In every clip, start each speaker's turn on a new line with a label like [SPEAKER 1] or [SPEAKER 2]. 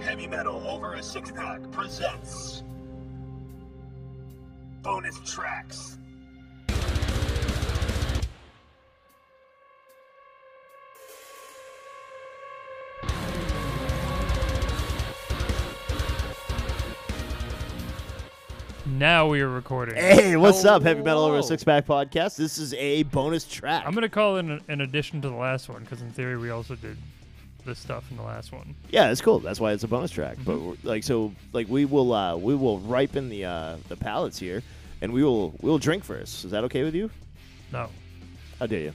[SPEAKER 1] Heavy Metal Over a Six Pack presents bonus tracks.
[SPEAKER 2] Now we are recording.
[SPEAKER 3] Hey, what's up, Heavy Metal Over a Six Pack Podcast? This is a bonus track.
[SPEAKER 2] I'm gonna call it an, an addition to the last one because in theory we also did this stuff in the last one.
[SPEAKER 3] yeah, it's cool. That's why it's a bonus track. But we're-
[SPEAKER 2] Mm-hmm.
[SPEAKER 3] like, so like we will uh, we will ripen the uh, the palates here, and we will we'll drink first. Is that okay with you?
[SPEAKER 2] No,
[SPEAKER 3] How dare you? All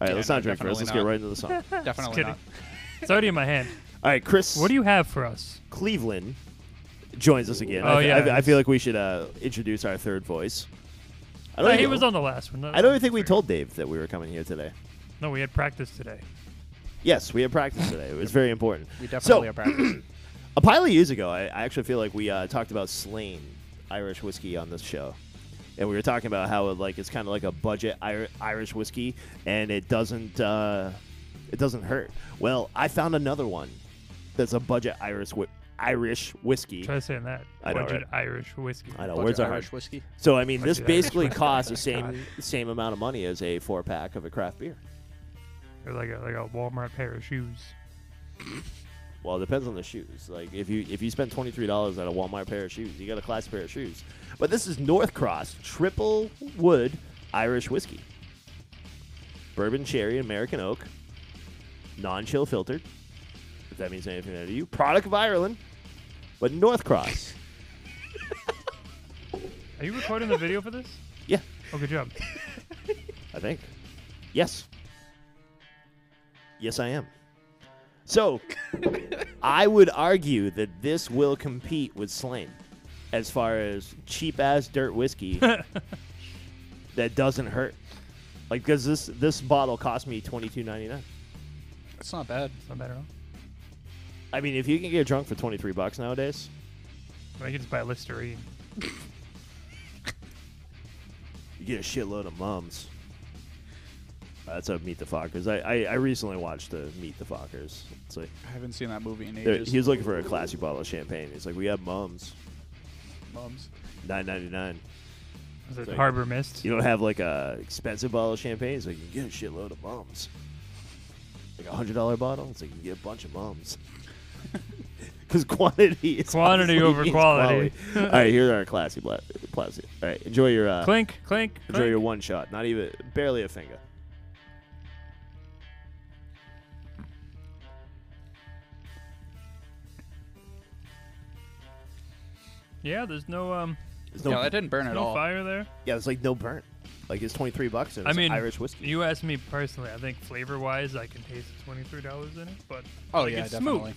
[SPEAKER 3] right,
[SPEAKER 4] Yeah,
[SPEAKER 3] let's
[SPEAKER 4] no,
[SPEAKER 3] not drink first.
[SPEAKER 4] definitely
[SPEAKER 3] Let's get
[SPEAKER 4] not.
[SPEAKER 3] right into the song. All
[SPEAKER 4] Definitely
[SPEAKER 2] kidding.
[SPEAKER 4] not.
[SPEAKER 2] it's already in my hand.
[SPEAKER 3] right, Chris.
[SPEAKER 2] What do you have for us?
[SPEAKER 3] Cleveland joins us again.
[SPEAKER 2] Oh,
[SPEAKER 3] I, fe-
[SPEAKER 2] yeah.
[SPEAKER 3] I, fe- I feel like we should uh, introduce our third voice. I
[SPEAKER 2] No,
[SPEAKER 3] even-
[SPEAKER 2] he was on the last one.
[SPEAKER 3] I don't even think we told Dave that we were coming here today.
[SPEAKER 2] No, we had practice today.
[SPEAKER 3] Yes, we had practice today. It was very important.
[SPEAKER 4] We definitely
[SPEAKER 3] so,
[SPEAKER 4] are practicing.
[SPEAKER 3] A pile of years ago, I, I actually feel like we uh, talked about Slane Irish whiskey on this show, and we were talking about how it, like it's kind of like a budget Ir- Irish whiskey, and it doesn't uh, it doesn't hurt. Well, I found another one that's a budget Irish whi- Irish whiskey.
[SPEAKER 2] Try saying that.
[SPEAKER 3] I know,
[SPEAKER 2] Budget
[SPEAKER 3] right?
[SPEAKER 2] Irish whiskey.
[SPEAKER 3] I know
[SPEAKER 4] Bunch
[SPEAKER 3] words
[SPEAKER 4] of
[SPEAKER 3] are hard.
[SPEAKER 4] Irish whiskey.
[SPEAKER 3] So I mean, this
[SPEAKER 2] Budget Irish
[SPEAKER 3] basically
[SPEAKER 2] whiskey. Oh
[SPEAKER 3] costs the same same amount of money as a four pack of a craft beer.
[SPEAKER 2] They're like a, like a Walmart pair of shoes.
[SPEAKER 3] Well, it depends on the shoes. Like if you if you spend twenty three dollars on a Walmart pair of shoes, you got a class pair of shoes. But this is North Cross Triple Wood Irish Whiskey, bourbon, cherry, and American oak, non chill filtered. If that means anything to you, product of Ireland, but North Cross.
[SPEAKER 2] Are you recording the video for this?
[SPEAKER 3] yeah,
[SPEAKER 2] Oh, good job.
[SPEAKER 3] I think. Yes. Yes, I am. So, I would argue that this will compete with Slane as far as cheap ass dirt whiskey that doesn't hurt. Like, because this this bottle cost me twenty two ninety nine.
[SPEAKER 4] It's not bad.
[SPEAKER 2] It's not bad at all.
[SPEAKER 3] I mean, if you can get drunk for twenty three bucks nowadays,
[SPEAKER 2] I can just buy Listerine.
[SPEAKER 3] you get a shitload of mums. That's a Meet the Fockers. I, I, I recently watched the Meet the Fockers. It's like
[SPEAKER 4] I haven't seen that movie in
[SPEAKER 3] There,
[SPEAKER 4] ages.
[SPEAKER 3] he was looking for a classy bottle of champagne. He's like, "We have mums,
[SPEAKER 4] Mums.
[SPEAKER 3] nine ninety nine.
[SPEAKER 2] Is it
[SPEAKER 3] Like-
[SPEAKER 2] Harbor Mist?
[SPEAKER 3] You don't have like a expensive bottle of champagne. He's like, you can get a shitload of mums, like a hundred dollar bottle. It's like you can get a bunch of mums because quantity is
[SPEAKER 2] Quantity
[SPEAKER 3] obviously
[SPEAKER 2] over
[SPEAKER 3] means
[SPEAKER 2] quality.
[SPEAKER 3] quality. All right, here are our classy bla- classy. All right, enjoy your uh,
[SPEAKER 2] Clink, clink,
[SPEAKER 3] enjoy
[SPEAKER 2] clink.
[SPEAKER 3] your one shot. Not even barely a finger.
[SPEAKER 2] Yeah, there's no um,
[SPEAKER 3] There's
[SPEAKER 4] No,
[SPEAKER 3] no,
[SPEAKER 4] that didn't burn at
[SPEAKER 2] no
[SPEAKER 4] all.
[SPEAKER 2] fire there.
[SPEAKER 3] yeah, it's like no burn. Like it's twenty three bucks and
[SPEAKER 2] I
[SPEAKER 3] it's
[SPEAKER 2] mean,
[SPEAKER 3] Irish whiskey.
[SPEAKER 2] You asked me personally. I think flavor wise, I can taste the twenty three dollars in it, but
[SPEAKER 4] Oh
[SPEAKER 2] like,
[SPEAKER 4] yeah,
[SPEAKER 2] it's
[SPEAKER 4] definitely.
[SPEAKER 2] smooth.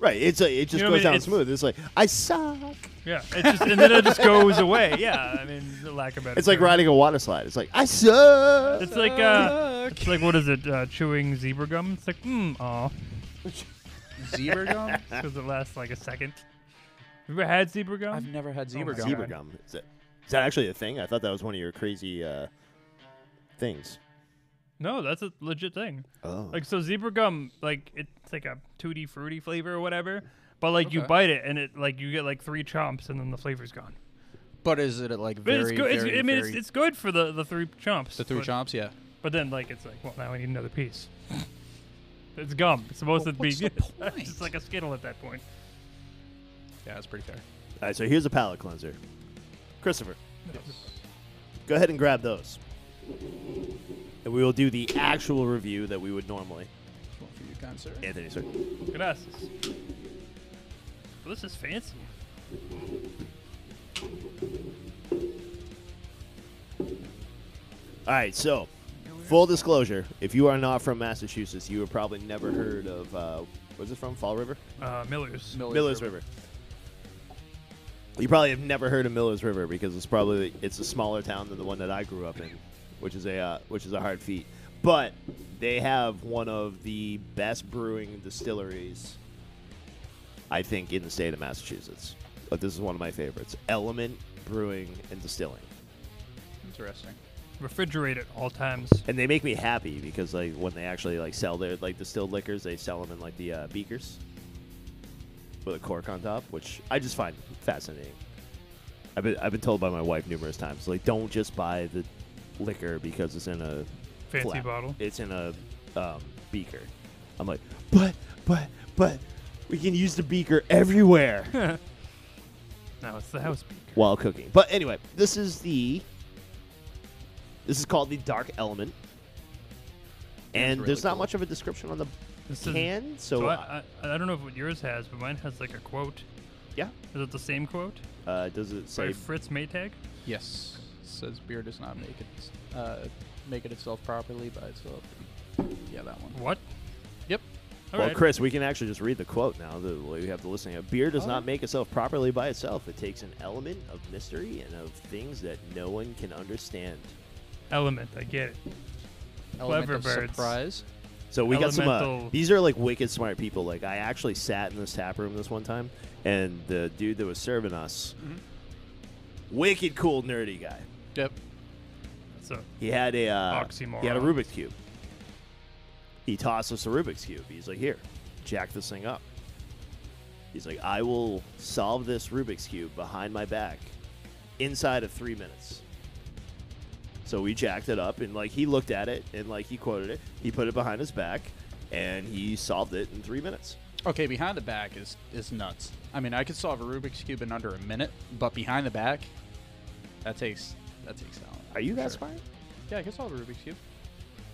[SPEAKER 3] Right, it's a, it just
[SPEAKER 2] know what I
[SPEAKER 3] goes
[SPEAKER 2] mean?
[SPEAKER 3] down
[SPEAKER 2] It's-
[SPEAKER 3] smooth. It's like I suck.
[SPEAKER 2] Yeah, it just and then it just goes away. Yeah, I mean, the lack of better.
[SPEAKER 3] It's like
[SPEAKER 2] term.
[SPEAKER 3] riding a water slide. It's like I suck.
[SPEAKER 2] It's like uh, it's like what is it? Uh, chewing zebra gum. It's like mm,
[SPEAKER 4] Ah.
[SPEAKER 2] aw,
[SPEAKER 4] Zebra gum?
[SPEAKER 2] because it lasts like a second. You ever had zebra gum?
[SPEAKER 4] I've never had zebra
[SPEAKER 2] my
[SPEAKER 4] gum.
[SPEAKER 3] zebra gum. Is that, is that actually a thing? I thought that was one of your crazy uh, things.
[SPEAKER 2] no, that's a legit thing.
[SPEAKER 3] Oh,
[SPEAKER 2] Like so, zebra gum, like it's like a tutti fruity flavor or whatever. But like you
[SPEAKER 4] Okay.
[SPEAKER 2] bite it and it like you get like three chomps and then the flavor's gone.
[SPEAKER 4] But is it like
[SPEAKER 2] But
[SPEAKER 4] very,
[SPEAKER 2] it's good.
[SPEAKER 4] very,
[SPEAKER 2] It's, I mean, it's,
[SPEAKER 4] very-
[SPEAKER 2] it's good for the the three chomps.
[SPEAKER 4] the three
[SPEAKER 2] but-
[SPEAKER 4] chomps? Yeah.
[SPEAKER 2] But then, like, it's like, well, now I need another piece. it's gum. It's supposed
[SPEAKER 4] Well,
[SPEAKER 2] to be.
[SPEAKER 4] what's the point?
[SPEAKER 2] it's like a skittle at that point.
[SPEAKER 4] Yeah, that's pretty fair.
[SPEAKER 3] all right. So here's a palate cleanser, Christopher. Go ahead and grab those, and we will do the actual review that we would normally.
[SPEAKER 4] One for you, kind sir.
[SPEAKER 3] Anthony, sir.
[SPEAKER 2] Gracias. Well, this is fancy.
[SPEAKER 3] All right. So, full disclosure: if you are not from Massachusetts, you have probably never heard of. Uh, was it from Fall River?
[SPEAKER 2] Uh, Miller's.
[SPEAKER 4] Miller's,
[SPEAKER 3] Miller's River. You probably have never heard of Miller's River because it's probably it's a smaller town than the one that I grew up in, which is a uh, which is a hard feat. But they have one of the best brewing distilleries, I think, in the state of Massachusetts. But this is one of my favorites: Element Brewing and Distilling.
[SPEAKER 4] Interesting.
[SPEAKER 2] Refrigerate at all times.
[SPEAKER 3] And they make me happy because like when they actually like sell their like distilled liquors, they sell them in like the uh, beakers. with a cork on top, which I just find fascinating. I've been I've been told by my wife numerous times, like don't just buy the liquor because it's in a
[SPEAKER 2] Fancy
[SPEAKER 3] flat-
[SPEAKER 2] bottle.
[SPEAKER 3] It's in a um, beaker. I'm like, but but but we can use the beaker everywhere.
[SPEAKER 2] No, it's the house beaker.
[SPEAKER 3] while cooking. But anyway, this is the this is called the dark element. And
[SPEAKER 4] really
[SPEAKER 3] there's not
[SPEAKER 4] cool.
[SPEAKER 3] much of a description on the
[SPEAKER 2] This is-
[SPEAKER 3] can, so,
[SPEAKER 2] So,
[SPEAKER 3] uh,
[SPEAKER 2] I, I, I don't know if what yours has, but mine has like a quote.
[SPEAKER 3] yeah.
[SPEAKER 2] Is it the same quote
[SPEAKER 3] Uh, does it
[SPEAKER 2] by
[SPEAKER 3] say?
[SPEAKER 2] Fritz Maytag?
[SPEAKER 4] Yes. Says beer does not make it uh, make it itself properly by itself. Yeah, that one.
[SPEAKER 2] What?
[SPEAKER 4] Yep.
[SPEAKER 2] All
[SPEAKER 3] well,
[SPEAKER 2] right.
[SPEAKER 3] Chris, we can actually just read the quote now. The we have the listening. A beer does not
[SPEAKER 4] Alright.
[SPEAKER 3] make itself properly by itself. It takes an element of mystery and of things that no one can understand.
[SPEAKER 2] Element. I get it.
[SPEAKER 4] Element
[SPEAKER 2] Clever
[SPEAKER 4] of
[SPEAKER 2] birds.
[SPEAKER 4] surprise.
[SPEAKER 3] So we got some. Uh,
[SPEAKER 2] Elemental.
[SPEAKER 3] these are like wicked smart people. Like I actually sat in this tap room this one time, and the dude that was serving us, wicked cool nerdy guy.
[SPEAKER 4] Yep.
[SPEAKER 2] So
[SPEAKER 3] He had a uh, He had
[SPEAKER 2] Oxymoron.
[SPEAKER 3] a Rubik's cube. He tossed us a Rubik's cube. He's like, "Here, jack this thing up." He's like, "I will solve this Rubik's cube behind my back inside of three minutes." So we jacked it up, and like he looked at it, and like he quoted it. He put it behind his back, and he solved it in three minutes.
[SPEAKER 4] Okay, behind the back is is nuts. I mean, I could solve a Rubik's cube in under a minute, but behind the back, that takes that takes talent.
[SPEAKER 3] Are you
[SPEAKER 4] for
[SPEAKER 3] that
[SPEAKER 4] sure.
[SPEAKER 3] smart?
[SPEAKER 4] Yeah, I can solve a Rubik's cube.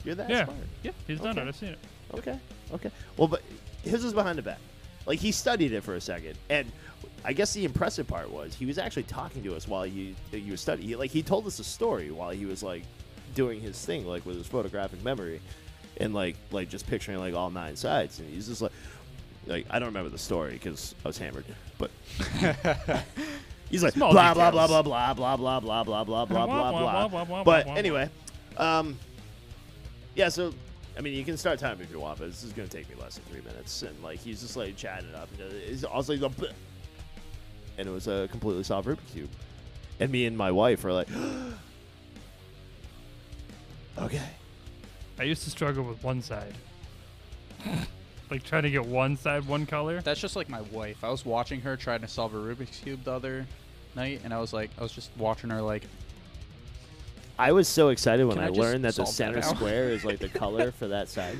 [SPEAKER 3] You're that
[SPEAKER 2] yeah,
[SPEAKER 3] smart.
[SPEAKER 2] yeah, he's done
[SPEAKER 3] Okay.
[SPEAKER 2] it. I've seen it.
[SPEAKER 3] Okay. Okay. Well, but his was behind the back. Like he studied it for a second, and I guess the impressive part was he was actually talking to us while he he was studying. He, like he told us a story while he was like doing his thing, like with his photographic memory, and like like just picturing like all nine sides. And he's just like, like I don't remember the story because I was hammered, but. He's like
[SPEAKER 2] Small
[SPEAKER 3] blah, blah blah
[SPEAKER 2] details.
[SPEAKER 3] blah blah blah blah blah blah blah blah
[SPEAKER 2] Wah, wah,
[SPEAKER 3] blah
[SPEAKER 2] wah,
[SPEAKER 3] blah
[SPEAKER 2] wah,
[SPEAKER 3] blah.
[SPEAKER 2] wah,
[SPEAKER 3] But
[SPEAKER 2] wah, wah.
[SPEAKER 3] anyway, um, yeah, so I mean, you can start time if you want, but this is gonna take me less than three minutes. And like, he's just like chatting it up. And it's also like, "Bleh." and it was a completely solved Rubik's cube. And me and my wife were like, okay,
[SPEAKER 2] I used to struggle with one side, like trying to get one side one color.
[SPEAKER 4] That's just like my wife. I was watching her trying to solve a Rubik's cube the other night, and I was like, I was just watching her like,
[SPEAKER 3] I was so excited when
[SPEAKER 4] Can
[SPEAKER 3] I,
[SPEAKER 4] I just
[SPEAKER 3] learned that the
[SPEAKER 4] solve that
[SPEAKER 3] center
[SPEAKER 4] now?
[SPEAKER 3] square is like the color for that side.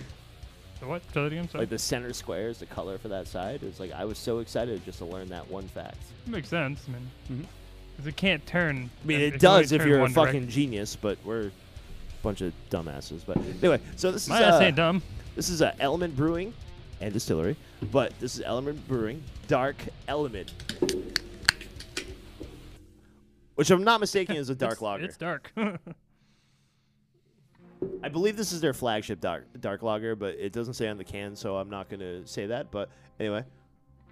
[SPEAKER 2] The what? Say that again. Sorry.
[SPEAKER 3] Like the center square is the color for that side. It's like I was so excited just to learn that one fact.
[SPEAKER 2] makes sense. I mean, 'cause it can't turn.
[SPEAKER 3] Mm-hmm. I mean,
[SPEAKER 2] it
[SPEAKER 3] it,
[SPEAKER 2] can only
[SPEAKER 3] does if
[SPEAKER 2] turn
[SPEAKER 3] you're a
[SPEAKER 2] one
[SPEAKER 3] fucking
[SPEAKER 2] direct-
[SPEAKER 3] genius, but we're a bunch of dumbasses. But anyway, so this is
[SPEAKER 2] My ass
[SPEAKER 3] uh,
[SPEAKER 2] ain't dumb.
[SPEAKER 3] this is uh, Element Brewing and Distillery, but this is Element Brewing Dark Element, which if I'm not mistaken is a dark
[SPEAKER 2] it's,
[SPEAKER 3] lager.
[SPEAKER 2] It's dark.
[SPEAKER 3] I believe this is their flagship dark dark lager, but it doesn't say on the can, so I'm not going to say that. But anyway,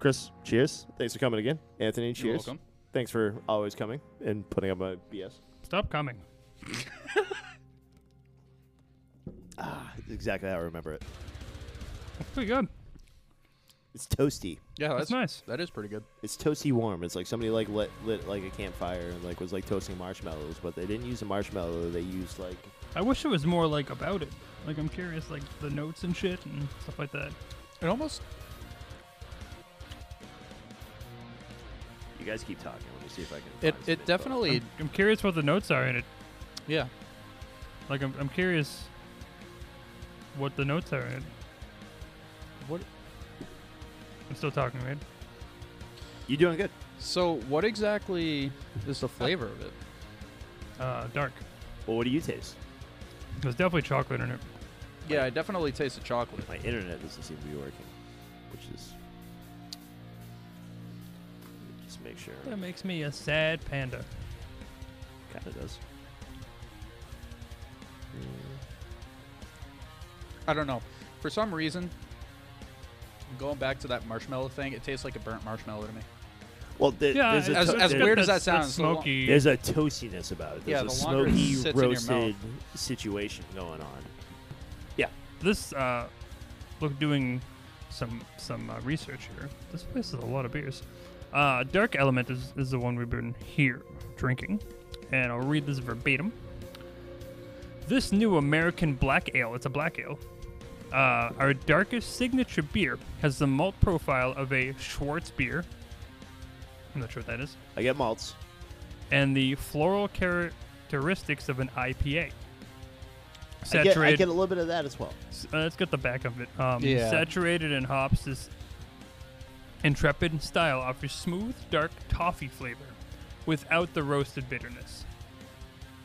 [SPEAKER 3] Chris, cheers! Thanks for coming again, Anthony. Cheers!
[SPEAKER 4] welcome.
[SPEAKER 3] Thanks for always coming and putting up my BS.
[SPEAKER 2] Stop coming.
[SPEAKER 3] Ah, exactly how I remember it.
[SPEAKER 2] That's pretty good.
[SPEAKER 3] It's toasty.
[SPEAKER 4] yeah, that's,
[SPEAKER 2] That's nice.
[SPEAKER 4] That is pretty good.
[SPEAKER 3] It's toasty warm. It's like somebody like lit, lit like a campfire and like was like toasting marshmallows, but they didn't use a marshmallow. They used like
[SPEAKER 2] I wish it was more like about it. Like I'm curious, like the notes and shit and stuff like that.
[SPEAKER 4] It almost
[SPEAKER 3] you guys keep talking. Let me see if I can.
[SPEAKER 4] it
[SPEAKER 3] find some
[SPEAKER 4] it
[SPEAKER 3] info.
[SPEAKER 4] definitely
[SPEAKER 2] I'm, I'm curious what the notes are in it.
[SPEAKER 4] yeah.
[SPEAKER 2] Like I'm, I'm curious what the notes are in it.
[SPEAKER 4] What
[SPEAKER 2] I'm still talking, right?
[SPEAKER 3] You doing good?
[SPEAKER 4] so what exactly is the flavor of it?
[SPEAKER 2] Uh, dark.
[SPEAKER 3] Well, what do you taste?
[SPEAKER 2] There's definitely chocolate in it.
[SPEAKER 4] Yeah, I definitely taste the chocolate.
[SPEAKER 3] My internet doesn't seem to be working, which is just make sure.
[SPEAKER 2] That makes me a sad panda.
[SPEAKER 3] Kind of does.
[SPEAKER 4] I don't know. For some reason, going back to that marshmallow thing, it tastes like a burnt marshmallow to me.
[SPEAKER 3] Well, there,
[SPEAKER 2] Yeah,
[SPEAKER 3] there's a
[SPEAKER 2] it's-
[SPEAKER 4] as-
[SPEAKER 3] to-
[SPEAKER 4] as
[SPEAKER 3] there-
[SPEAKER 2] it's-
[SPEAKER 4] weird as
[SPEAKER 2] it's-
[SPEAKER 4] that
[SPEAKER 2] it's
[SPEAKER 4] sounds, the lo-
[SPEAKER 2] smoky.
[SPEAKER 3] There's a toastiness about it.
[SPEAKER 4] Yeah,
[SPEAKER 3] There's a
[SPEAKER 4] the longer it
[SPEAKER 3] smoky
[SPEAKER 4] sits in your mouth.
[SPEAKER 3] roasted situation going on.
[SPEAKER 2] this uh, look doing some some uh, research here. This place is a lot of beers. Uh, Dark Element is, is the one we've been here drinking, and I'll read this verbatim. This new American black ale, it's a black ale, Uh, our darkest signature beer has the malt profile of a Schwartz beer. I'm not sure what that is.
[SPEAKER 3] I get malts.
[SPEAKER 2] And the floral characteristics of an IPA.
[SPEAKER 3] I get, I
[SPEAKER 2] Saturated.
[SPEAKER 3] get a little bit of that as well.
[SPEAKER 2] S- uh, let's get the back of it. Um,
[SPEAKER 4] Yeah.
[SPEAKER 2] Saturated in hops, this intrepid style offers smooth, dark toffee flavor without the roasted bitterness.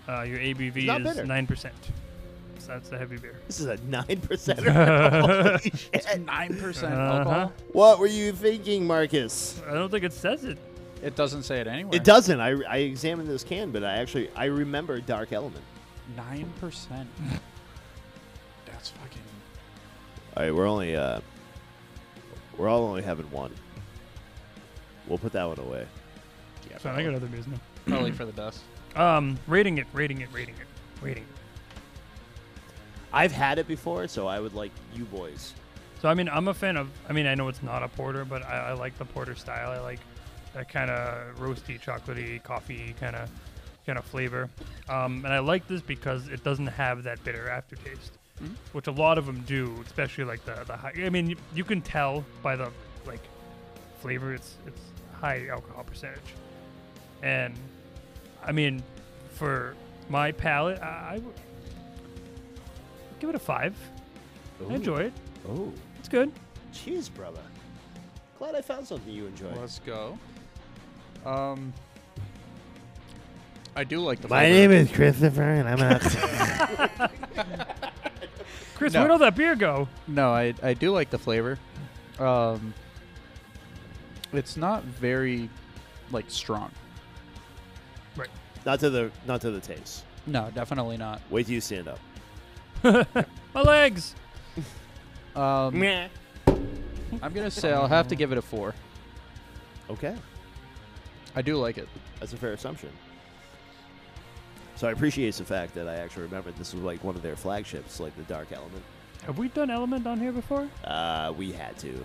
[SPEAKER 2] Uh, your
[SPEAKER 3] It's not
[SPEAKER 2] ABV
[SPEAKER 3] bitter.
[SPEAKER 2] is nine percent. So that's a heavy beer.
[SPEAKER 3] This is a nine percent.
[SPEAKER 4] Nine percent
[SPEAKER 2] Uh-huh.
[SPEAKER 4] alcohol.
[SPEAKER 3] What were you thinking, Marcus?
[SPEAKER 2] I don't think it says it.
[SPEAKER 4] It doesn't say it anywhere.
[SPEAKER 3] It doesn't. I, I examined this can, but I actually I remember Dark Element.
[SPEAKER 4] Nine percent. That's fucking.
[SPEAKER 3] All right, we're only uh, we're all only having one. We'll put that one away.
[SPEAKER 4] Yeah,
[SPEAKER 2] So I got other beers now.
[SPEAKER 4] probably for the best.
[SPEAKER 2] Um, rating it, rating it, rating it, rating. it.
[SPEAKER 3] I've had it before, so I would like you boys.
[SPEAKER 2] So I mean, I'm a fan of. I mean, I know it's not a porter, but I, I like the porter style. I like that kind of roasty, chocolatey, coffee kind of kind of flavor. Um, and I like this because it doesn't have that bitter aftertaste, which a lot of them do, especially like the the high. I mean, you, you can tell by the like flavor. It's it's high alcohol percentage, and I mean, for my palate, I, I would give it a five. I enjoy it.
[SPEAKER 3] Oh,
[SPEAKER 2] It's good.
[SPEAKER 3] cheers, brother. Glad I found something you enjoy.
[SPEAKER 4] Let's go. Um, I do like the. flavor.
[SPEAKER 3] is Christopher, and I'm out.
[SPEAKER 2] Chris,
[SPEAKER 4] No.
[SPEAKER 2] where'd all that beer go?
[SPEAKER 4] No, I I do like the flavor. Um, it's not very, like strong.
[SPEAKER 2] Right.
[SPEAKER 3] not to the not to the taste.
[SPEAKER 4] No, definitely not.
[SPEAKER 3] Wait till you stand up.
[SPEAKER 2] My legs.
[SPEAKER 4] Um, I'm gonna say I'll have to give it a four.
[SPEAKER 3] Okay,
[SPEAKER 4] I do like it.
[SPEAKER 3] that's a fair assumption. So I appreciate the fact that I actually remembered this was like one of their flagships, like the Dark Element.
[SPEAKER 2] Have we done Element on here before?
[SPEAKER 3] Uh, we had to.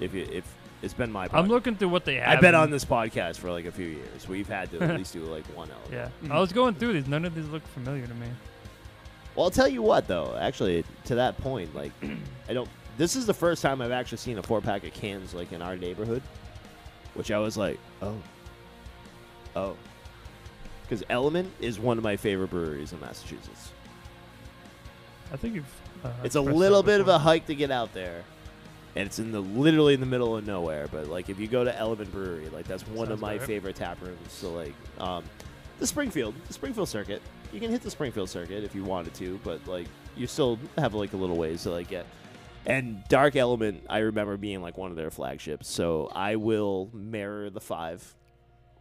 [SPEAKER 3] If you, if it's been my,
[SPEAKER 2] I'm
[SPEAKER 3] podcast.
[SPEAKER 2] looking through what they have.
[SPEAKER 3] I've been
[SPEAKER 2] and-
[SPEAKER 3] on this podcast for like a few years. We've had to at least do like one element.
[SPEAKER 2] Yeah. I was going through these. None of these look familiar to me.
[SPEAKER 3] Well, I'll tell you what though. Actually, to that point, like, I don't. This is the first time I've actually seen a four pack of cans like in our neighborhood, which I was like, oh, oh, because Element is one of my favorite breweries in Massachusetts.
[SPEAKER 2] I think you've. Uh,
[SPEAKER 3] it's a
[SPEAKER 2] expressed
[SPEAKER 3] little
[SPEAKER 2] that
[SPEAKER 3] bit of
[SPEAKER 2] before.
[SPEAKER 3] a hike to get out there. And it's in the literally in the middle of nowhere, but like if you go to Element Brewery, like that's one
[SPEAKER 2] Sounds
[SPEAKER 3] of my
[SPEAKER 2] about right.
[SPEAKER 3] favorite tap rooms. So like, um, the Springfield, the Springfield circuit, you can hit the Springfield circuit if you wanted to, but like you still have like a little ways to like get. And Dark Element, I remember being like one of their flagships, so I will mirror the five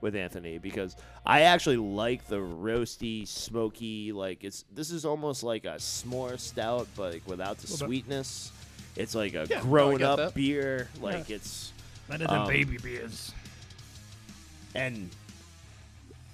[SPEAKER 3] with Anthony because I actually like the roasty, smoky. Like it's this is almost like a s'more stout, but like without the
[SPEAKER 2] Little bit.
[SPEAKER 3] sweetness. It's like a
[SPEAKER 4] Yeah, no, I
[SPEAKER 3] grown
[SPEAKER 4] get
[SPEAKER 3] up
[SPEAKER 4] that.
[SPEAKER 3] beer. Like it's
[SPEAKER 2] Better than
[SPEAKER 3] um,
[SPEAKER 2] baby beers.
[SPEAKER 3] and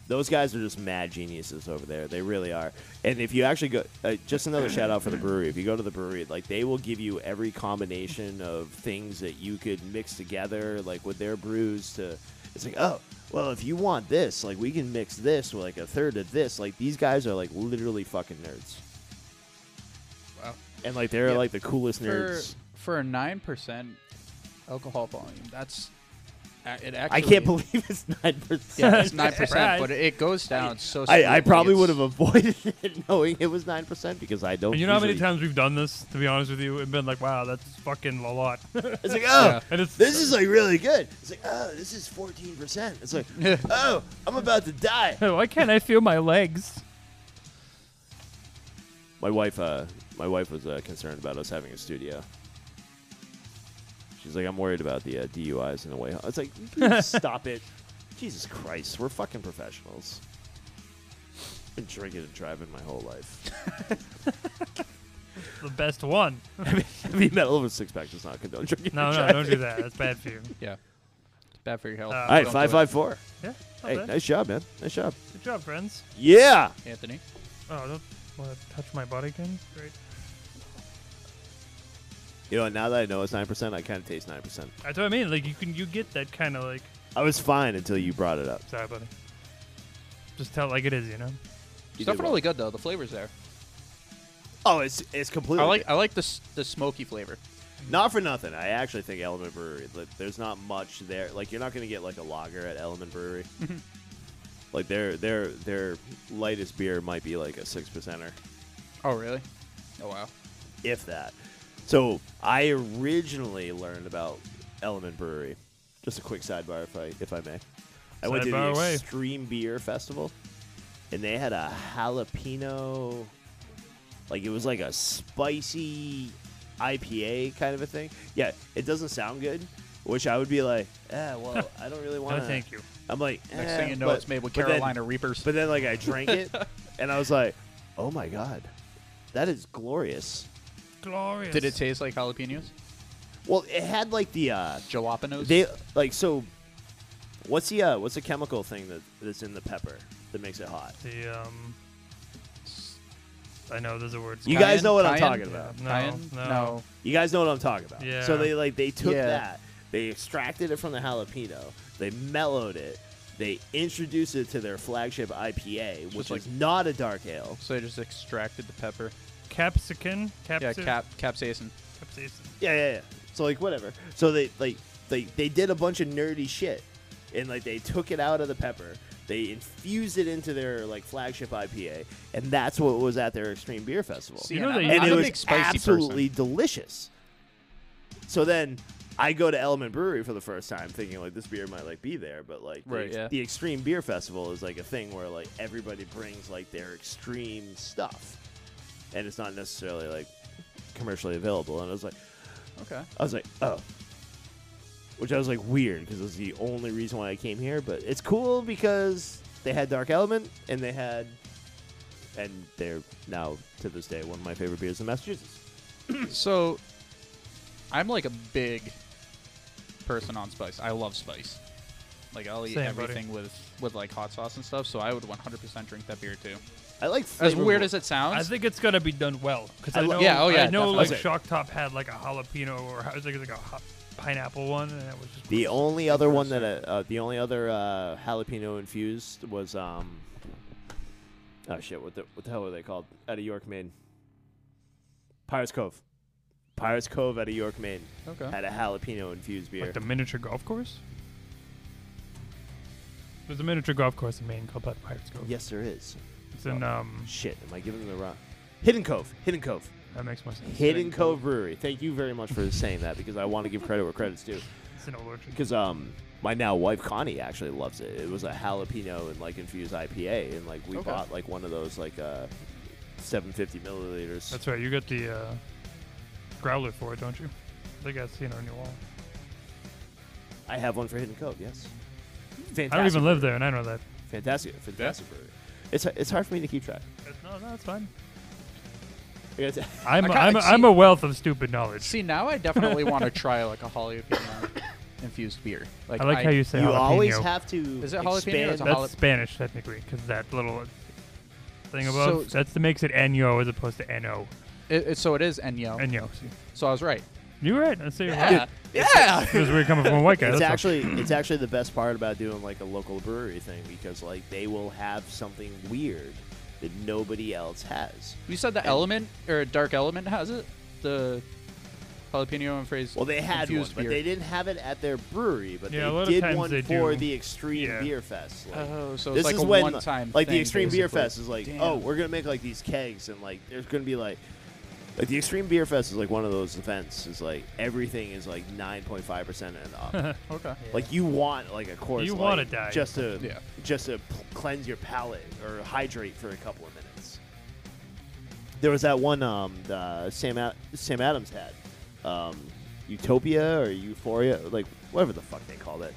[SPEAKER 3] those guys are just mad geniuses over there. They really are. And if you actually go, uh, just another shout out for the brewery. If you go to the brewery, like they will give you every combination of things that you could mix together, like with their brews. To it's like, oh, well, if you want this, like we can mix this with like a third of this. Like these guys are like literally fucking nerds,
[SPEAKER 4] Wow.
[SPEAKER 3] and like they're
[SPEAKER 4] Yeah.
[SPEAKER 3] like the coolest
[SPEAKER 4] For
[SPEAKER 3] nerds.
[SPEAKER 4] for a nine percent alcohol volume, that's a- it. Actually,
[SPEAKER 3] I can't believe it's nine percent.
[SPEAKER 4] Yeah, it's nine
[SPEAKER 2] Surprise.
[SPEAKER 4] percent, but it goes down so.
[SPEAKER 3] I, I
[SPEAKER 4] smoothly,
[SPEAKER 3] probably
[SPEAKER 4] it's-
[SPEAKER 3] would have avoided it knowing it was nine percent because I don't.
[SPEAKER 2] And you know how many
[SPEAKER 3] usually-
[SPEAKER 2] times we've done this? To be honest with you, and been like, "Wow, that's fucking a lot."
[SPEAKER 3] It's like, oh,
[SPEAKER 4] Yeah.
[SPEAKER 2] and it's
[SPEAKER 3] this is like really good. It's like, oh, this is fourteen percent. It's like, oh, I'm about to die.
[SPEAKER 2] Why can't I feel my legs?
[SPEAKER 3] My wife, uh, my wife was uh, concerned about us having a studio. She's like, I'm worried about the uh, DUIs in the way. home. It's like, "Will you stop it. Jesus Christ, we're fucking professionals. Been drinking and driving my whole life.
[SPEAKER 2] The best one.
[SPEAKER 3] Heavy metal over six pack does not condone drinking.
[SPEAKER 2] No,
[SPEAKER 3] and
[SPEAKER 2] no,
[SPEAKER 3] driving.
[SPEAKER 2] don't do that. That's bad for you.
[SPEAKER 4] Yeah, it's bad for your health.
[SPEAKER 2] Uh,
[SPEAKER 3] All right,
[SPEAKER 4] Don't do
[SPEAKER 3] five
[SPEAKER 4] it.
[SPEAKER 3] five four.
[SPEAKER 2] Yeah. not
[SPEAKER 3] Hey,
[SPEAKER 2] bad.
[SPEAKER 3] nice job, man. Nice job.
[SPEAKER 2] Good job, friends.
[SPEAKER 3] Yeah.
[SPEAKER 4] Anthony.
[SPEAKER 2] Oh, don't want to touch my body again. Great.
[SPEAKER 3] You know, now that I know it's nine percent, I kind of taste nine percent.
[SPEAKER 2] That's what I mean. Like you can, you get that kind of like.
[SPEAKER 3] I was fine until you brought it up.
[SPEAKER 2] Sorry, buddy. Just tell it like it is, you know.
[SPEAKER 3] You
[SPEAKER 4] It's
[SPEAKER 3] did well.
[SPEAKER 4] definitely good though. The flavor's there.
[SPEAKER 3] Oh, it's it's completely.
[SPEAKER 4] I like I like the s- the smoky flavor.
[SPEAKER 3] Not for nothing. I actually think Element Brewery. Like, there's not much there. Like you're not gonna get like a lager at Element Brewery.
[SPEAKER 4] Mm-hmm.
[SPEAKER 3] like their their their lightest beer might be like a six percenter,
[SPEAKER 4] Oh really? Oh wow.
[SPEAKER 3] if that. So I originally learned about Element Brewery. Just a quick sidebar, if I if I may. I went to the
[SPEAKER 2] Sidebar away.
[SPEAKER 3] Extreme Beer Festival, and they had a jalapeno. Like it was like a spicy IPA kind of a thing. Yeah, it doesn't sound good, which I would be like, eh, well, I don't really want
[SPEAKER 2] No,
[SPEAKER 3] to.
[SPEAKER 2] thank you.
[SPEAKER 3] I'm like,
[SPEAKER 4] Next
[SPEAKER 3] eh,
[SPEAKER 4] thing you know,
[SPEAKER 3] but-
[SPEAKER 4] it's made with
[SPEAKER 3] but then-
[SPEAKER 4] Carolina Reapers.
[SPEAKER 3] but then like I drank it, and I was like, oh my god, that is glorious.
[SPEAKER 2] Glorious.
[SPEAKER 4] Did it taste like jalapenos?
[SPEAKER 3] Well, it had like the uh,
[SPEAKER 4] Jalapenos?
[SPEAKER 3] they like so. What's the uh, what's the chemical thing that that's in the pepper that makes it hot?
[SPEAKER 2] the um? s- I know there's a word.
[SPEAKER 3] You
[SPEAKER 2] Sky-
[SPEAKER 3] guys know what I'm
[SPEAKER 4] Cayenne?
[SPEAKER 3] talking about.
[SPEAKER 2] No,
[SPEAKER 4] Cayenne?
[SPEAKER 2] no.
[SPEAKER 3] You guys know what I'm talking about.
[SPEAKER 2] Yeah.
[SPEAKER 3] So they like they took
[SPEAKER 4] Yeah.
[SPEAKER 3] that, they extracted it from the jalapeno, they mellowed it, they introduced it to their flagship IPA, which
[SPEAKER 4] like-
[SPEAKER 3] is not a dark ale.
[SPEAKER 4] So they just extracted the pepper.
[SPEAKER 2] capsicum. Capsi-
[SPEAKER 4] Yeah, cap capsaicin.
[SPEAKER 2] capsaicin.
[SPEAKER 3] Yeah, yeah, yeah. So like whatever. So they like they they did a bunch of nerdy shit, and like they took it out of the pepper. They infused it into their like flagship IPA, and that's what was at their extreme beer festival.
[SPEAKER 4] See,
[SPEAKER 2] You know
[SPEAKER 4] and
[SPEAKER 2] they-
[SPEAKER 4] I'm,
[SPEAKER 3] and
[SPEAKER 4] I'm
[SPEAKER 3] it
[SPEAKER 4] a
[SPEAKER 3] was
[SPEAKER 4] big spicy
[SPEAKER 3] absolutely delicious. So then I go to Element Brewery for the first time, thinking like this beer might like be there, but like the,
[SPEAKER 4] Right,
[SPEAKER 3] ex-
[SPEAKER 4] yeah.
[SPEAKER 3] the Extreme Beer Festival is like a thing where like everybody brings like their extreme stuff, and it's not necessarily like commercially available. And I was like,
[SPEAKER 4] person. Okay.
[SPEAKER 3] I was like, oh. Which I was like weird because it was the only reason why I came here, but it's cool because they had Dark Element and they had, and they're now to this day one of my favorite beers in Massachusetts.
[SPEAKER 4] So, I'm like a big person on spice. I love spice. Like I'll eat
[SPEAKER 2] Same, buddy.
[SPEAKER 4] everything with with like hot sauce and stuff. So I would 100% drink that beer too.
[SPEAKER 3] I like
[SPEAKER 4] As weird
[SPEAKER 3] flavorful-
[SPEAKER 4] as it sounds,
[SPEAKER 2] I think it's gonna be done well because I,
[SPEAKER 3] I lo-
[SPEAKER 2] know.
[SPEAKER 4] yeah, oh yeah,
[SPEAKER 2] I know.
[SPEAKER 4] definitely.
[SPEAKER 2] Like
[SPEAKER 3] Okay.
[SPEAKER 2] Shock Top had like a jalapeno or I was like, like a hot pineapple one, and that was just
[SPEAKER 3] the only other one that uh, uh, the only other uh, jalapeno infused was um. Oh shit! What the what the hell were they called? Out of York, Maine. Pirates Cove, Pirates Cove out of York, Maine
[SPEAKER 4] okay.
[SPEAKER 3] had a jalapeno infused beer.
[SPEAKER 2] like the miniature golf course. There's a miniature golf course in Maine called Black Pirates Cove.
[SPEAKER 3] yes, there is.
[SPEAKER 2] It's in um.
[SPEAKER 3] Shit, am I giving them the wrong? Hidden Cove. Hidden Cove.
[SPEAKER 2] That makes more sense.
[SPEAKER 3] Hidden Cove Brewery. Thank you very much for saying that because I want to give credit where credit's due.
[SPEAKER 2] It's in Old Orchard.
[SPEAKER 3] Because um, my now wife Connie actually loves it. It was a jalapeno and like infused IPA, and like we
[SPEAKER 4] Okay.
[SPEAKER 3] bought like one of those like uh, 750 milliliters.
[SPEAKER 2] That's right. You got the uh, growler for it, don't you? I think I've seen it on your wall.
[SPEAKER 3] I have one for Hidden Cove. Yes. Fantastic.
[SPEAKER 2] I don't even live there, and I know that.
[SPEAKER 3] Fantastic. Fantastic brewery. It's it's hard for me to keep track.
[SPEAKER 2] That's- No, no, it's fine.
[SPEAKER 3] I gotta t-
[SPEAKER 2] I'm
[SPEAKER 4] I
[SPEAKER 2] a,
[SPEAKER 4] kinda
[SPEAKER 2] I'm, a,
[SPEAKER 4] see-
[SPEAKER 2] I'm a wealth of stupid knowledge.
[SPEAKER 4] See, now I definitely want to try like a jalapeno infused beer. Like
[SPEAKER 2] I like how you say
[SPEAKER 3] you
[SPEAKER 2] jalapeno.
[SPEAKER 3] always have to.
[SPEAKER 4] Is it jalapeno or
[SPEAKER 3] expand
[SPEAKER 4] is it
[SPEAKER 2] that's
[SPEAKER 4] jala-
[SPEAKER 2] Spanish technically, because that little thing above
[SPEAKER 4] So-
[SPEAKER 2] that's that makes it año as opposed to no.
[SPEAKER 4] It, it, so it is Enyo.
[SPEAKER 2] Año. See?
[SPEAKER 4] so I was right.
[SPEAKER 2] You were right. I'd say you're
[SPEAKER 4] Yeah.
[SPEAKER 2] right.
[SPEAKER 4] yeah.
[SPEAKER 2] Because we're coming from a white guy.
[SPEAKER 3] it's
[SPEAKER 2] that's all.
[SPEAKER 3] actually it's actually the best part about doing like a local brewery thing because like they will have something weird that nobody else has.
[SPEAKER 4] You said the element or dark element has it? The jalapeno and phrase.
[SPEAKER 3] Well, they had one,
[SPEAKER 4] infused
[SPEAKER 3] but
[SPEAKER 4] beer.
[SPEAKER 3] they didn't have it at their brewery. But
[SPEAKER 2] Yeah, a
[SPEAKER 3] they
[SPEAKER 2] lot of
[SPEAKER 3] did
[SPEAKER 2] times
[SPEAKER 3] one
[SPEAKER 2] they
[SPEAKER 3] for
[SPEAKER 2] do.
[SPEAKER 3] the Extreme
[SPEAKER 2] Yeah.
[SPEAKER 3] Beer Fest. Like,
[SPEAKER 4] Oh, so it's
[SPEAKER 3] this
[SPEAKER 4] like
[SPEAKER 3] is
[SPEAKER 4] a
[SPEAKER 3] when
[SPEAKER 4] one-time
[SPEAKER 3] like the
[SPEAKER 4] thing,
[SPEAKER 3] Extreme Beer
[SPEAKER 4] basically.
[SPEAKER 3] Fest is like,
[SPEAKER 4] Damn.
[SPEAKER 3] oh, we're gonna make like these kegs, and like there's gonna be like. Like the Extreme Beer Fest is like one of those events. Is like everything is like nine point five percent and up.
[SPEAKER 4] Okay.
[SPEAKER 3] Like you want like a course.
[SPEAKER 2] You
[SPEAKER 3] want
[SPEAKER 2] wanna die.
[SPEAKER 3] just to
[SPEAKER 4] Yeah.
[SPEAKER 3] just to pl- cleanse your palate or hydrate for a couple of minutes. There was that one um the Sam Ad- Sam Adams had um Utopia or Euphoria like whatever the fuck they called it.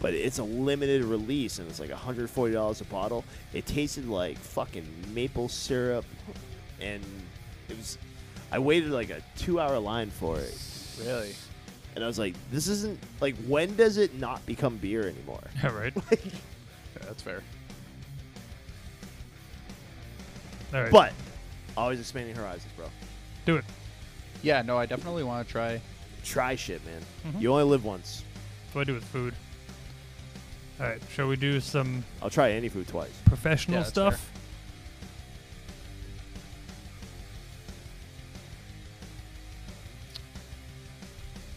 [SPEAKER 3] But it's a limited release and it's like $140 a bottle. It tasted like fucking maple syrup and it was I waited like a 2-hour line for it
[SPEAKER 4] Really?
[SPEAKER 3] and I was like, this isn't like when does it not become beer anymore?
[SPEAKER 2] Yeah, right.
[SPEAKER 4] Yeah, that's fair.
[SPEAKER 2] All right.
[SPEAKER 3] But always expanding horizons, bro.
[SPEAKER 2] do it.
[SPEAKER 4] Yeah, no, I definitely want to try.
[SPEAKER 3] Try shit, man.
[SPEAKER 2] Mm-hmm.
[SPEAKER 3] You only live once.
[SPEAKER 2] That's what I do with food. All right. Shall we do some
[SPEAKER 3] I'll try any food twice.
[SPEAKER 2] professional
[SPEAKER 4] Yeah, that's
[SPEAKER 2] stuff?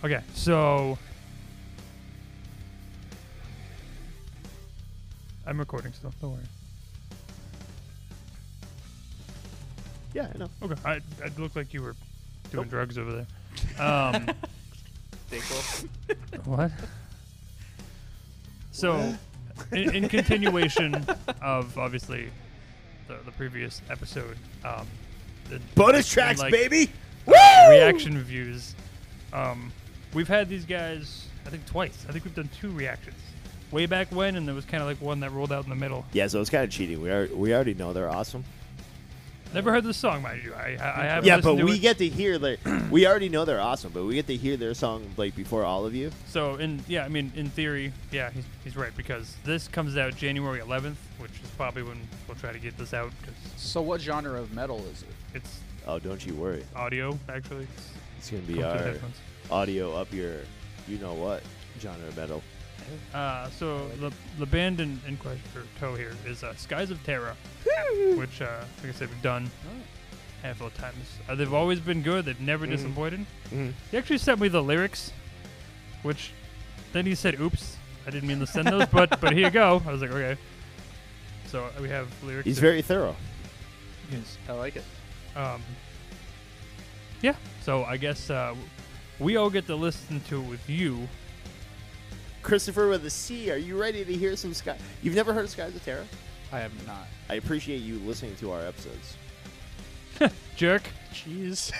[SPEAKER 2] Okay, so I'm recording stuff. Don't worry.
[SPEAKER 3] Yeah, I know.
[SPEAKER 2] Okay, I it looked like you were doing drugs over there. Um, what? So, in, in continuation of obviously the, the previous episode, um, the,
[SPEAKER 3] Bonus
[SPEAKER 2] and,
[SPEAKER 3] tracks,
[SPEAKER 2] like,
[SPEAKER 3] baby. Woo!
[SPEAKER 2] reaction reviews. Um, we've had these guys, I think, twice. I think we've done two reactions. Way back when, and there was kind of like one that rolled out in the middle.
[SPEAKER 3] Yeah, so it's kind of cheating. We are, we already know they're awesome.
[SPEAKER 2] Never heard this song, mind you. I, I, I haven't
[SPEAKER 3] yeah, but
[SPEAKER 2] listened to
[SPEAKER 3] we
[SPEAKER 2] it.
[SPEAKER 3] get to hear like we already know they're awesome, but we get to hear their song like before all of you.
[SPEAKER 2] So, in yeah, I mean, in theory, yeah, he's, he's right because this comes out January 11th, which is probably when we'll try to get this out because
[SPEAKER 4] So, what genre of metal is it?
[SPEAKER 2] it's
[SPEAKER 3] Oh, don't you worry.
[SPEAKER 2] audio actually. It's
[SPEAKER 3] It's gonna
[SPEAKER 2] comes
[SPEAKER 3] be
[SPEAKER 2] through
[SPEAKER 3] our
[SPEAKER 2] headphones.
[SPEAKER 3] audio up your, you know what genre of metal.
[SPEAKER 2] Uh, so the the band in, in question for toe here is uh, Skies of Terror, which uh, like I said we've done a handful of times. Uh, they've always been good. They've never disappointed.
[SPEAKER 3] Mhm.
[SPEAKER 2] He actually sent me the lyrics, which then he said, "Oops, I didn't mean to send those," but but here you go. I was like, okay. So uh, we have lyrics.
[SPEAKER 3] He's
[SPEAKER 2] that-
[SPEAKER 3] very thorough.
[SPEAKER 4] I like it.
[SPEAKER 2] um, yeah. So I guess uh, we all get to listen to it with you.
[SPEAKER 3] Christopher with a C, are you ready to hear some Sky? You've never heard of Skies of Terror?
[SPEAKER 4] I have not.
[SPEAKER 3] I appreciate you listening to our episodes.
[SPEAKER 2] Jerk.
[SPEAKER 4] Jeez.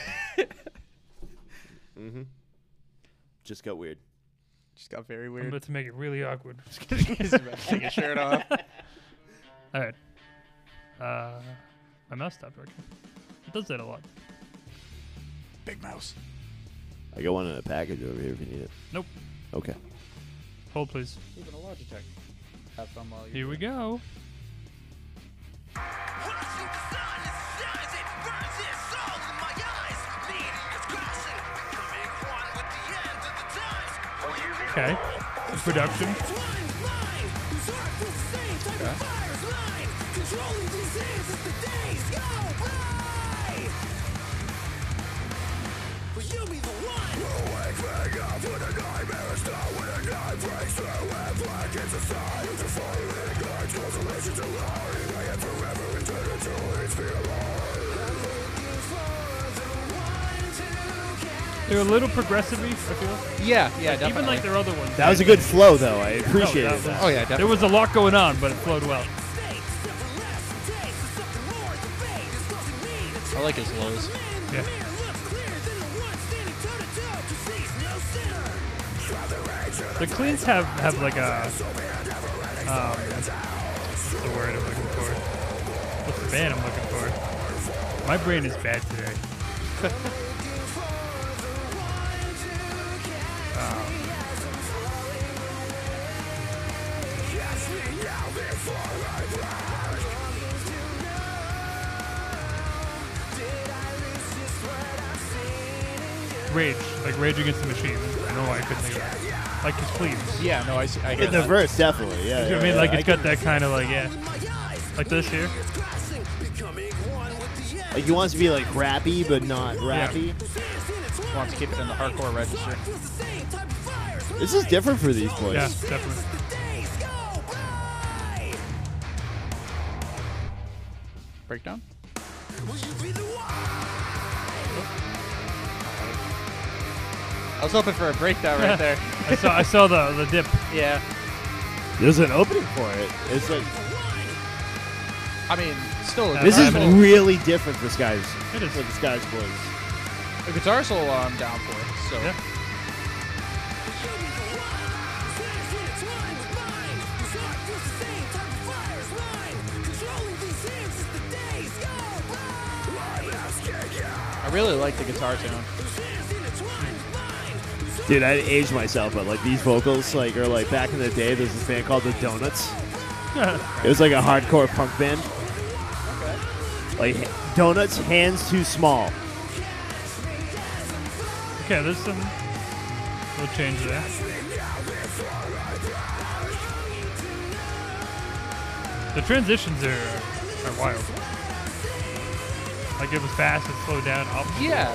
[SPEAKER 3] Just got weird.
[SPEAKER 4] Just got very
[SPEAKER 2] I'm
[SPEAKER 4] weird.
[SPEAKER 2] about to make it really awkward.
[SPEAKER 4] He's about to take his shirt off.
[SPEAKER 2] All right. Uh, my mouse stopped working. It does that a lot.
[SPEAKER 4] Big Mouse.
[SPEAKER 3] I got one in a package over here if you need it.
[SPEAKER 2] Nope.
[SPEAKER 3] Okay.
[SPEAKER 2] Hold, please.
[SPEAKER 4] Even a Logitech. Have fun while you.
[SPEAKER 2] Here we go.
[SPEAKER 5] Watching the sun, it shines, it burns, it souls in my eyes. Bleeding is crashing, becoming one with the end of the times.
[SPEAKER 2] Okay. The production.
[SPEAKER 5] Twine line, berserk the same type of fire's line. Controlling disease as the days go by. Will you be the one?
[SPEAKER 2] They're a little progressive I feel.
[SPEAKER 4] Yeah, yeah, definitely.
[SPEAKER 2] Even like their other ones.
[SPEAKER 3] That was a good flow, though. I appreciated
[SPEAKER 2] was-
[SPEAKER 3] that.
[SPEAKER 4] Oh yeah,
[SPEAKER 2] There
[SPEAKER 4] definitely.
[SPEAKER 2] was a lot going on, but it flowed well.
[SPEAKER 5] Mistakes, several laughs and days, and something more at the fade is causing me to
[SPEAKER 4] I like his lows.
[SPEAKER 2] Yeah. The cleans have have like a um, what's the word I'm looking for. What's the band I'm looking for? My brain is bad today. Rage, like Rage Against the Machine. I know I couldn't think of it. Like his cleans.
[SPEAKER 4] Yeah, no, I see. I
[SPEAKER 3] In
[SPEAKER 4] get
[SPEAKER 3] the
[SPEAKER 4] that.
[SPEAKER 3] verse, definitely. Yeah.
[SPEAKER 2] You know
[SPEAKER 3] yeah,
[SPEAKER 2] what I mean?
[SPEAKER 3] yeah.
[SPEAKER 2] Like it's got that kind of like yeah. Like this here.
[SPEAKER 3] Like he wants to be like rappy, but not rappy.
[SPEAKER 4] Wants to keep it in the hardcore register.
[SPEAKER 3] This is different for these boys.
[SPEAKER 2] Yeah, definitely.
[SPEAKER 4] Breakdown. I was hoping for a breakdown right there.
[SPEAKER 2] I saw I saw the the dip.
[SPEAKER 4] Yeah.
[SPEAKER 3] There's an opening for it. It's like
[SPEAKER 4] I mean, still. A
[SPEAKER 3] this is
[SPEAKER 4] guitar solo-
[SPEAKER 3] really different for Skies.
[SPEAKER 2] It is.
[SPEAKER 3] For the Skies boys.
[SPEAKER 4] a guitar solo. I'm down for it. So
[SPEAKER 2] Yeah.
[SPEAKER 4] I really like the guitar tone.
[SPEAKER 3] Dude, I aged myself, but like these vocals, like are like back in the day. There's this band called the Donuts. It was like a hardcore punk band. Like Donuts, hands too small.
[SPEAKER 2] Okay, there's some little change there. The transitions are, are wild. Like it was fast, it slowed down. Up.
[SPEAKER 4] Yeah.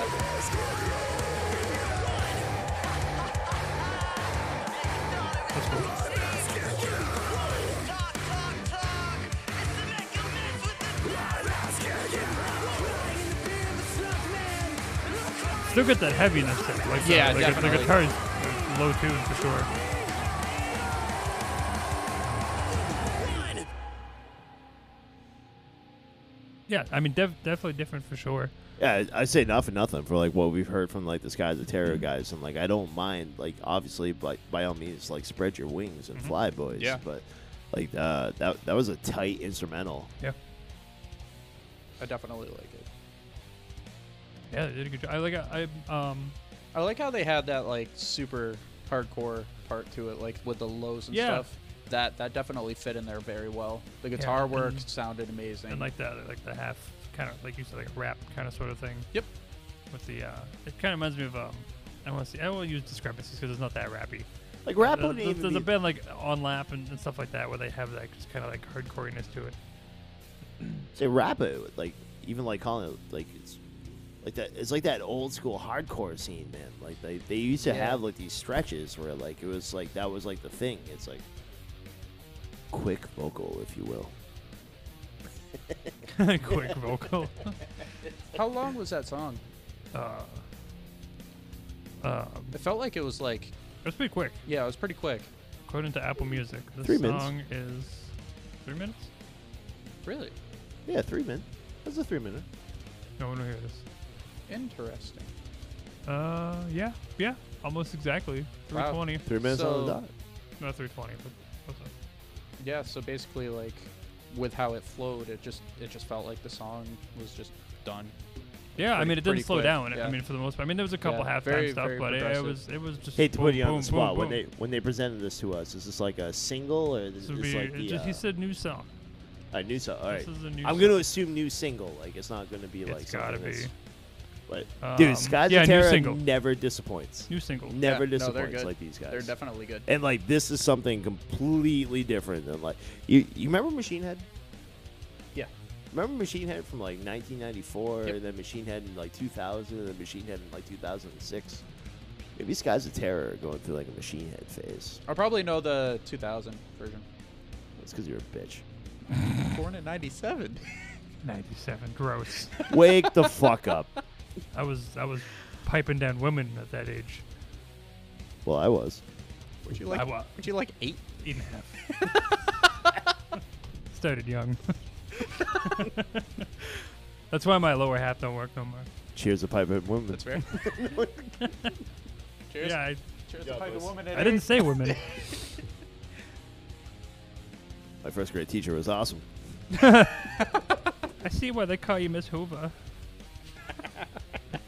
[SPEAKER 2] Still got that heaviness. to it, Like
[SPEAKER 4] Yeah,
[SPEAKER 2] the, like The
[SPEAKER 4] definitely.
[SPEAKER 2] guitar is uh, low tune for sure. Yeah, I mean, def- definitely different for sure.
[SPEAKER 3] Yeah, I I say not for nothing for like what we've heard from like the Skies of Terror
[SPEAKER 4] Mm-hmm.
[SPEAKER 3] guys, and like I don't mind like obviously, but by all means, like spread your wings and fly, boys.
[SPEAKER 4] Mm-hmm. Yeah.
[SPEAKER 3] But like uh, that that was a tight instrumental.
[SPEAKER 2] Yeah,
[SPEAKER 4] I definitely like it.
[SPEAKER 2] yeah, they did a good job. I like. I I, um.
[SPEAKER 4] I like how they had that like super hardcore part to it, like with the lows and
[SPEAKER 2] Yeah.
[SPEAKER 4] stuff. That that definitely fit in there very well. The guitar
[SPEAKER 2] and-
[SPEAKER 4] work sounded amazing.
[SPEAKER 2] and like that, like the half kind of like you said, like a rap kind of sort of thing
[SPEAKER 4] yep.
[SPEAKER 2] with the. uh It kind of reminds me of um. I want to see. I will use discrepancies because it's not that rappy.
[SPEAKER 3] Like rap
[SPEAKER 2] Uh,
[SPEAKER 3] wouldn't
[SPEAKER 2] There's,
[SPEAKER 3] even
[SPEAKER 2] there's a
[SPEAKER 3] be-
[SPEAKER 2] band like on lap and, and stuff like that where they have that just kind of like hardcoreness to it.
[SPEAKER 3] say rap it would, like even like calling it like it's like that it's like that old school hardcore scene, man. Like they they used to
[SPEAKER 4] Yeah.
[SPEAKER 3] have like these stretches where like it was like that was like the thing. It's like quick vocal, if you will.
[SPEAKER 2] Quick vocal.
[SPEAKER 4] How long was that song?
[SPEAKER 2] uh, um,
[SPEAKER 4] It felt like it was like
[SPEAKER 2] it's pretty quick.
[SPEAKER 4] yeah, it was pretty quick.
[SPEAKER 2] According to Apple Music, this
[SPEAKER 3] Three minutes.
[SPEAKER 2] song is three minutes.
[SPEAKER 4] Really
[SPEAKER 3] Yeah, three minute. That's a three minute.
[SPEAKER 2] No one will hear this.
[SPEAKER 4] interesting.
[SPEAKER 2] Uh, yeah, yeah, almost exactly. Three
[SPEAKER 4] Wow.
[SPEAKER 2] twenty.
[SPEAKER 3] Three minutes on the
[SPEAKER 4] So-
[SPEAKER 3] dot.
[SPEAKER 2] Not three twenty, but close enough.
[SPEAKER 4] Yeah, so basically like with how it flowed, it just it just felt like the song was just done.
[SPEAKER 2] yeah. I
[SPEAKER 4] pretty-
[SPEAKER 2] mean, it didn't
[SPEAKER 4] pretty
[SPEAKER 2] slow
[SPEAKER 4] quick,
[SPEAKER 2] down.
[SPEAKER 4] yeah.
[SPEAKER 2] I mean, for the most part. I mean, there was a couple
[SPEAKER 4] Yeah,
[SPEAKER 2] half halftime
[SPEAKER 4] very,
[SPEAKER 2] stuff,
[SPEAKER 4] very
[SPEAKER 2] but it, it
[SPEAKER 4] progressive.
[SPEAKER 2] was it was just.
[SPEAKER 3] Hate to
[SPEAKER 2] boom,
[SPEAKER 3] put you on
[SPEAKER 2] boom,
[SPEAKER 3] the spot
[SPEAKER 2] boom,
[SPEAKER 3] when
[SPEAKER 2] boom.
[SPEAKER 3] they when they presented this to us. Is this like a single or is
[SPEAKER 2] This would
[SPEAKER 3] this
[SPEAKER 2] be-
[SPEAKER 3] like the
[SPEAKER 2] it just- he
[SPEAKER 3] uh,
[SPEAKER 2] said new song.
[SPEAKER 3] a new song? All right,
[SPEAKER 2] this is a new
[SPEAKER 3] I'm
[SPEAKER 2] song.
[SPEAKER 3] gonna assume new single. Like it's not gonna be
[SPEAKER 2] It's
[SPEAKER 3] like
[SPEAKER 2] gotta
[SPEAKER 3] something that's-
[SPEAKER 2] be.
[SPEAKER 3] But dude,
[SPEAKER 2] Um,
[SPEAKER 3] Skies
[SPEAKER 2] yeah,
[SPEAKER 3] of
[SPEAKER 2] new
[SPEAKER 3] Terror
[SPEAKER 2] single.
[SPEAKER 3] never disappoints.
[SPEAKER 2] New single.
[SPEAKER 3] Never
[SPEAKER 4] Yeah, no,
[SPEAKER 3] disappoints
[SPEAKER 4] they're good.
[SPEAKER 3] like these guys.
[SPEAKER 4] They're definitely good.
[SPEAKER 3] and like this is something completely different than like you. You remember Machine Head?
[SPEAKER 4] Yeah.
[SPEAKER 3] Remember Machine Head from like 1994,
[SPEAKER 4] Yep.
[SPEAKER 3] and then Machine Head in like 2000, and then Machine Head in like 2006. Maybe Skies of Terror are going through like a Machine Head phase.
[SPEAKER 4] I probably know the 2000 version.
[SPEAKER 3] That's because you're a bitch.
[SPEAKER 4] Born in 97.
[SPEAKER 2] 97. Gross.
[SPEAKER 3] Wake the fuck up.
[SPEAKER 2] I was I was piping down women at that age.
[SPEAKER 3] Well, I was.
[SPEAKER 4] Would you
[SPEAKER 2] I
[SPEAKER 4] like
[SPEAKER 2] wa-
[SPEAKER 4] Would you like 8?
[SPEAKER 2] Eight and a half. Started young. That's why my lower half don't work no more.
[SPEAKER 3] Cheers to Pipe and Women.
[SPEAKER 4] That's fair. Cheers.
[SPEAKER 2] Yeah, I,
[SPEAKER 4] Cheers
[SPEAKER 3] Yeah,
[SPEAKER 4] to Pipe
[SPEAKER 3] boys.
[SPEAKER 4] a Woman
[SPEAKER 2] I didn't say women.
[SPEAKER 3] My first grade teacher was awesome.
[SPEAKER 2] I see why they call you Miss Hoover.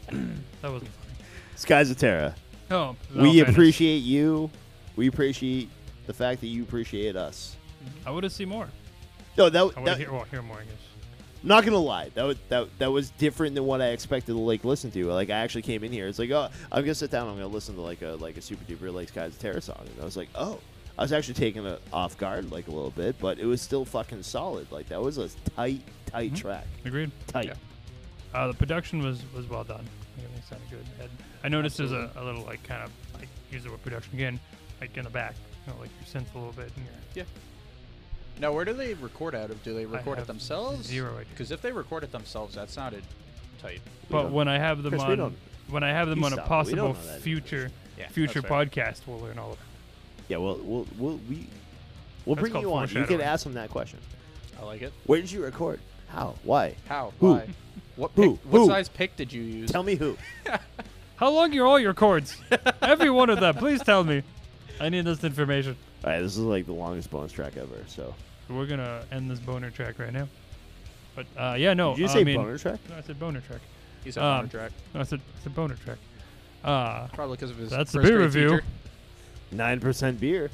[SPEAKER 2] that wasn't funny.
[SPEAKER 3] Skies of Terror.
[SPEAKER 2] Oh,
[SPEAKER 3] we appreciate you. We appreciate the fact that you appreciate us.
[SPEAKER 2] I want to see more.
[SPEAKER 3] No, that,
[SPEAKER 2] I
[SPEAKER 3] that
[SPEAKER 2] want to hear, well, hear more. I guess.
[SPEAKER 3] not gonna lie, that was that, that was different than what I expected to like listen to. Like I actually came in here, it's like oh, I'm gonna sit down, I'm gonna listen to like a like a super duper like Skies of Terror song, and I was like oh, I was actually taken uh, off guard like a little bit, but it was still fucking solid. Like that was a tight tight track,
[SPEAKER 2] Agreed.
[SPEAKER 3] tight.
[SPEAKER 4] Yeah.
[SPEAKER 2] Uh, the production was was well done. Everything sounded good. And I noticed there's a, a little like kind of like use the word production again, like in the back, you know, like your synth a little bit. And your,
[SPEAKER 4] Yeah. Now, where do they record out of? Do they record
[SPEAKER 2] have
[SPEAKER 4] it themselves?
[SPEAKER 2] zero idea.
[SPEAKER 4] Because if they record it themselves, that sounded tight.
[SPEAKER 2] but
[SPEAKER 3] don't-
[SPEAKER 2] when I have them
[SPEAKER 3] Chris, we
[SPEAKER 2] on
[SPEAKER 3] don't-
[SPEAKER 2] when I have them
[SPEAKER 3] you
[SPEAKER 2] on a
[SPEAKER 3] stop it. We don't
[SPEAKER 2] possible
[SPEAKER 3] know that
[SPEAKER 2] future
[SPEAKER 4] Yeah,
[SPEAKER 2] future
[SPEAKER 4] that's fair.
[SPEAKER 2] podcast, we'll learn all of it.
[SPEAKER 3] Yeah, well, we'll, we'll we we'll
[SPEAKER 2] That's
[SPEAKER 3] bring
[SPEAKER 2] called
[SPEAKER 3] you on. You can
[SPEAKER 2] foreshadowing.
[SPEAKER 3] ask them that question.
[SPEAKER 4] I like it.
[SPEAKER 3] Where did you record? How? Why?
[SPEAKER 4] How?
[SPEAKER 3] Who?
[SPEAKER 4] Why? What pick,
[SPEAKER 3] Who?
[SPEAKER 4] What
[SPEAKER 3] Who?
[SPEAKER 4] size pick did you use?
[SPEAKER 3] Tell me who.
[SPEAKER 2] How long are all your chords? Every one of them. Please tell me. I need this information.
[SPEAKER 3] All right, this is like the longest bonus track ever. So
[SPEAKER 2] We're gonna end this boner track right now. But uh, yeah, no.
[SPEAKER 3] did you
[SPEAKER 2] I
[SPEAKER 3] say
[SPEAKER 2] mean,
[SPEAKER 3] bonus track?
[SPEAKER 2] No, I said boner track.
[SPEAKER 4] He's
[SPEAKER 2] Um,
[SPEAKER 4] on the track.
[SPEAKER 2] No, I said I said boner track. Uh,
[SPEAKER 4] Probably because of his.
[SPEAKER 2] that's the
[SPEAKER 4] first
[SPEAKER 2] beer
[SPEAKER 4] grade
[SPEAKER 2] review.
[SPEAKER 4] teacher.
[SPEAKER 3] Nine percent beer.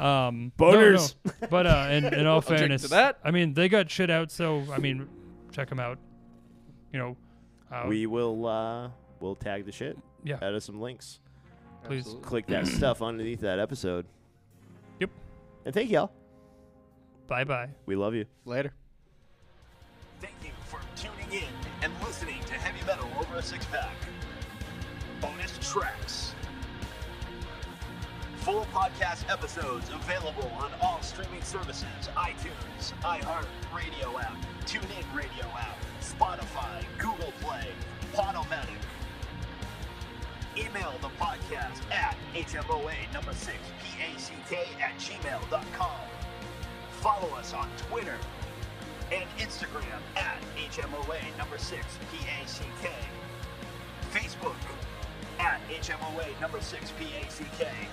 [SPEAKER 2] Um, no, no.
[SPEAKER 3] Boners.
[SPEAKER 2] But uh, in, in all
[SPEAKER 4] Object to
[SPEAKER 2] fairness,
[SPEAKER 4] that.
[SPEAKER 2] I mean, they got shit out, so I mean, check them out. You know, uh,
[SPEAKER 3] We will uh we'll tag the shit
[SPEAKER 2] yeah,
[SPEAKER 3] out of some links.
[SPEAKER 2] please.
[SPEAKER 4] Absolutely.
[SPEAKER 3] Click that stuff underneath that episode.
[SPEAKER 2] Yep.
[SPEAKER 3] And thank y'all.
[SPEAKER 2] Bye bye.
[SPEAKER 3] We love you.
[SPEAKER 4] Later.
[SPEAKER 1] Thank you for tuning in and listening to heavy metal over a six pack. Bonus tracks. Full podcast episodes available on all streaming services iTunes, iHeart Radio app, TuneIn Radio app, Spotify, Google Play, Podomatic. Email the podcast at HMOA number 6 PACK at gmail.com. Follow us on Twitter and Instagram at HMOA number 6 PACK. Facebook at HMOA number 6 PACK.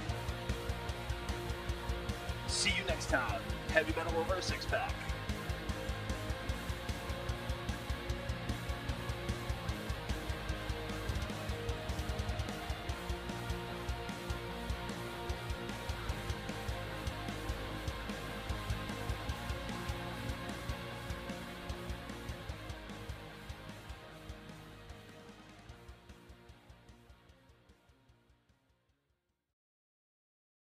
[SPEAKER 1] See you next time. Heavy Metal Over a Six Pack.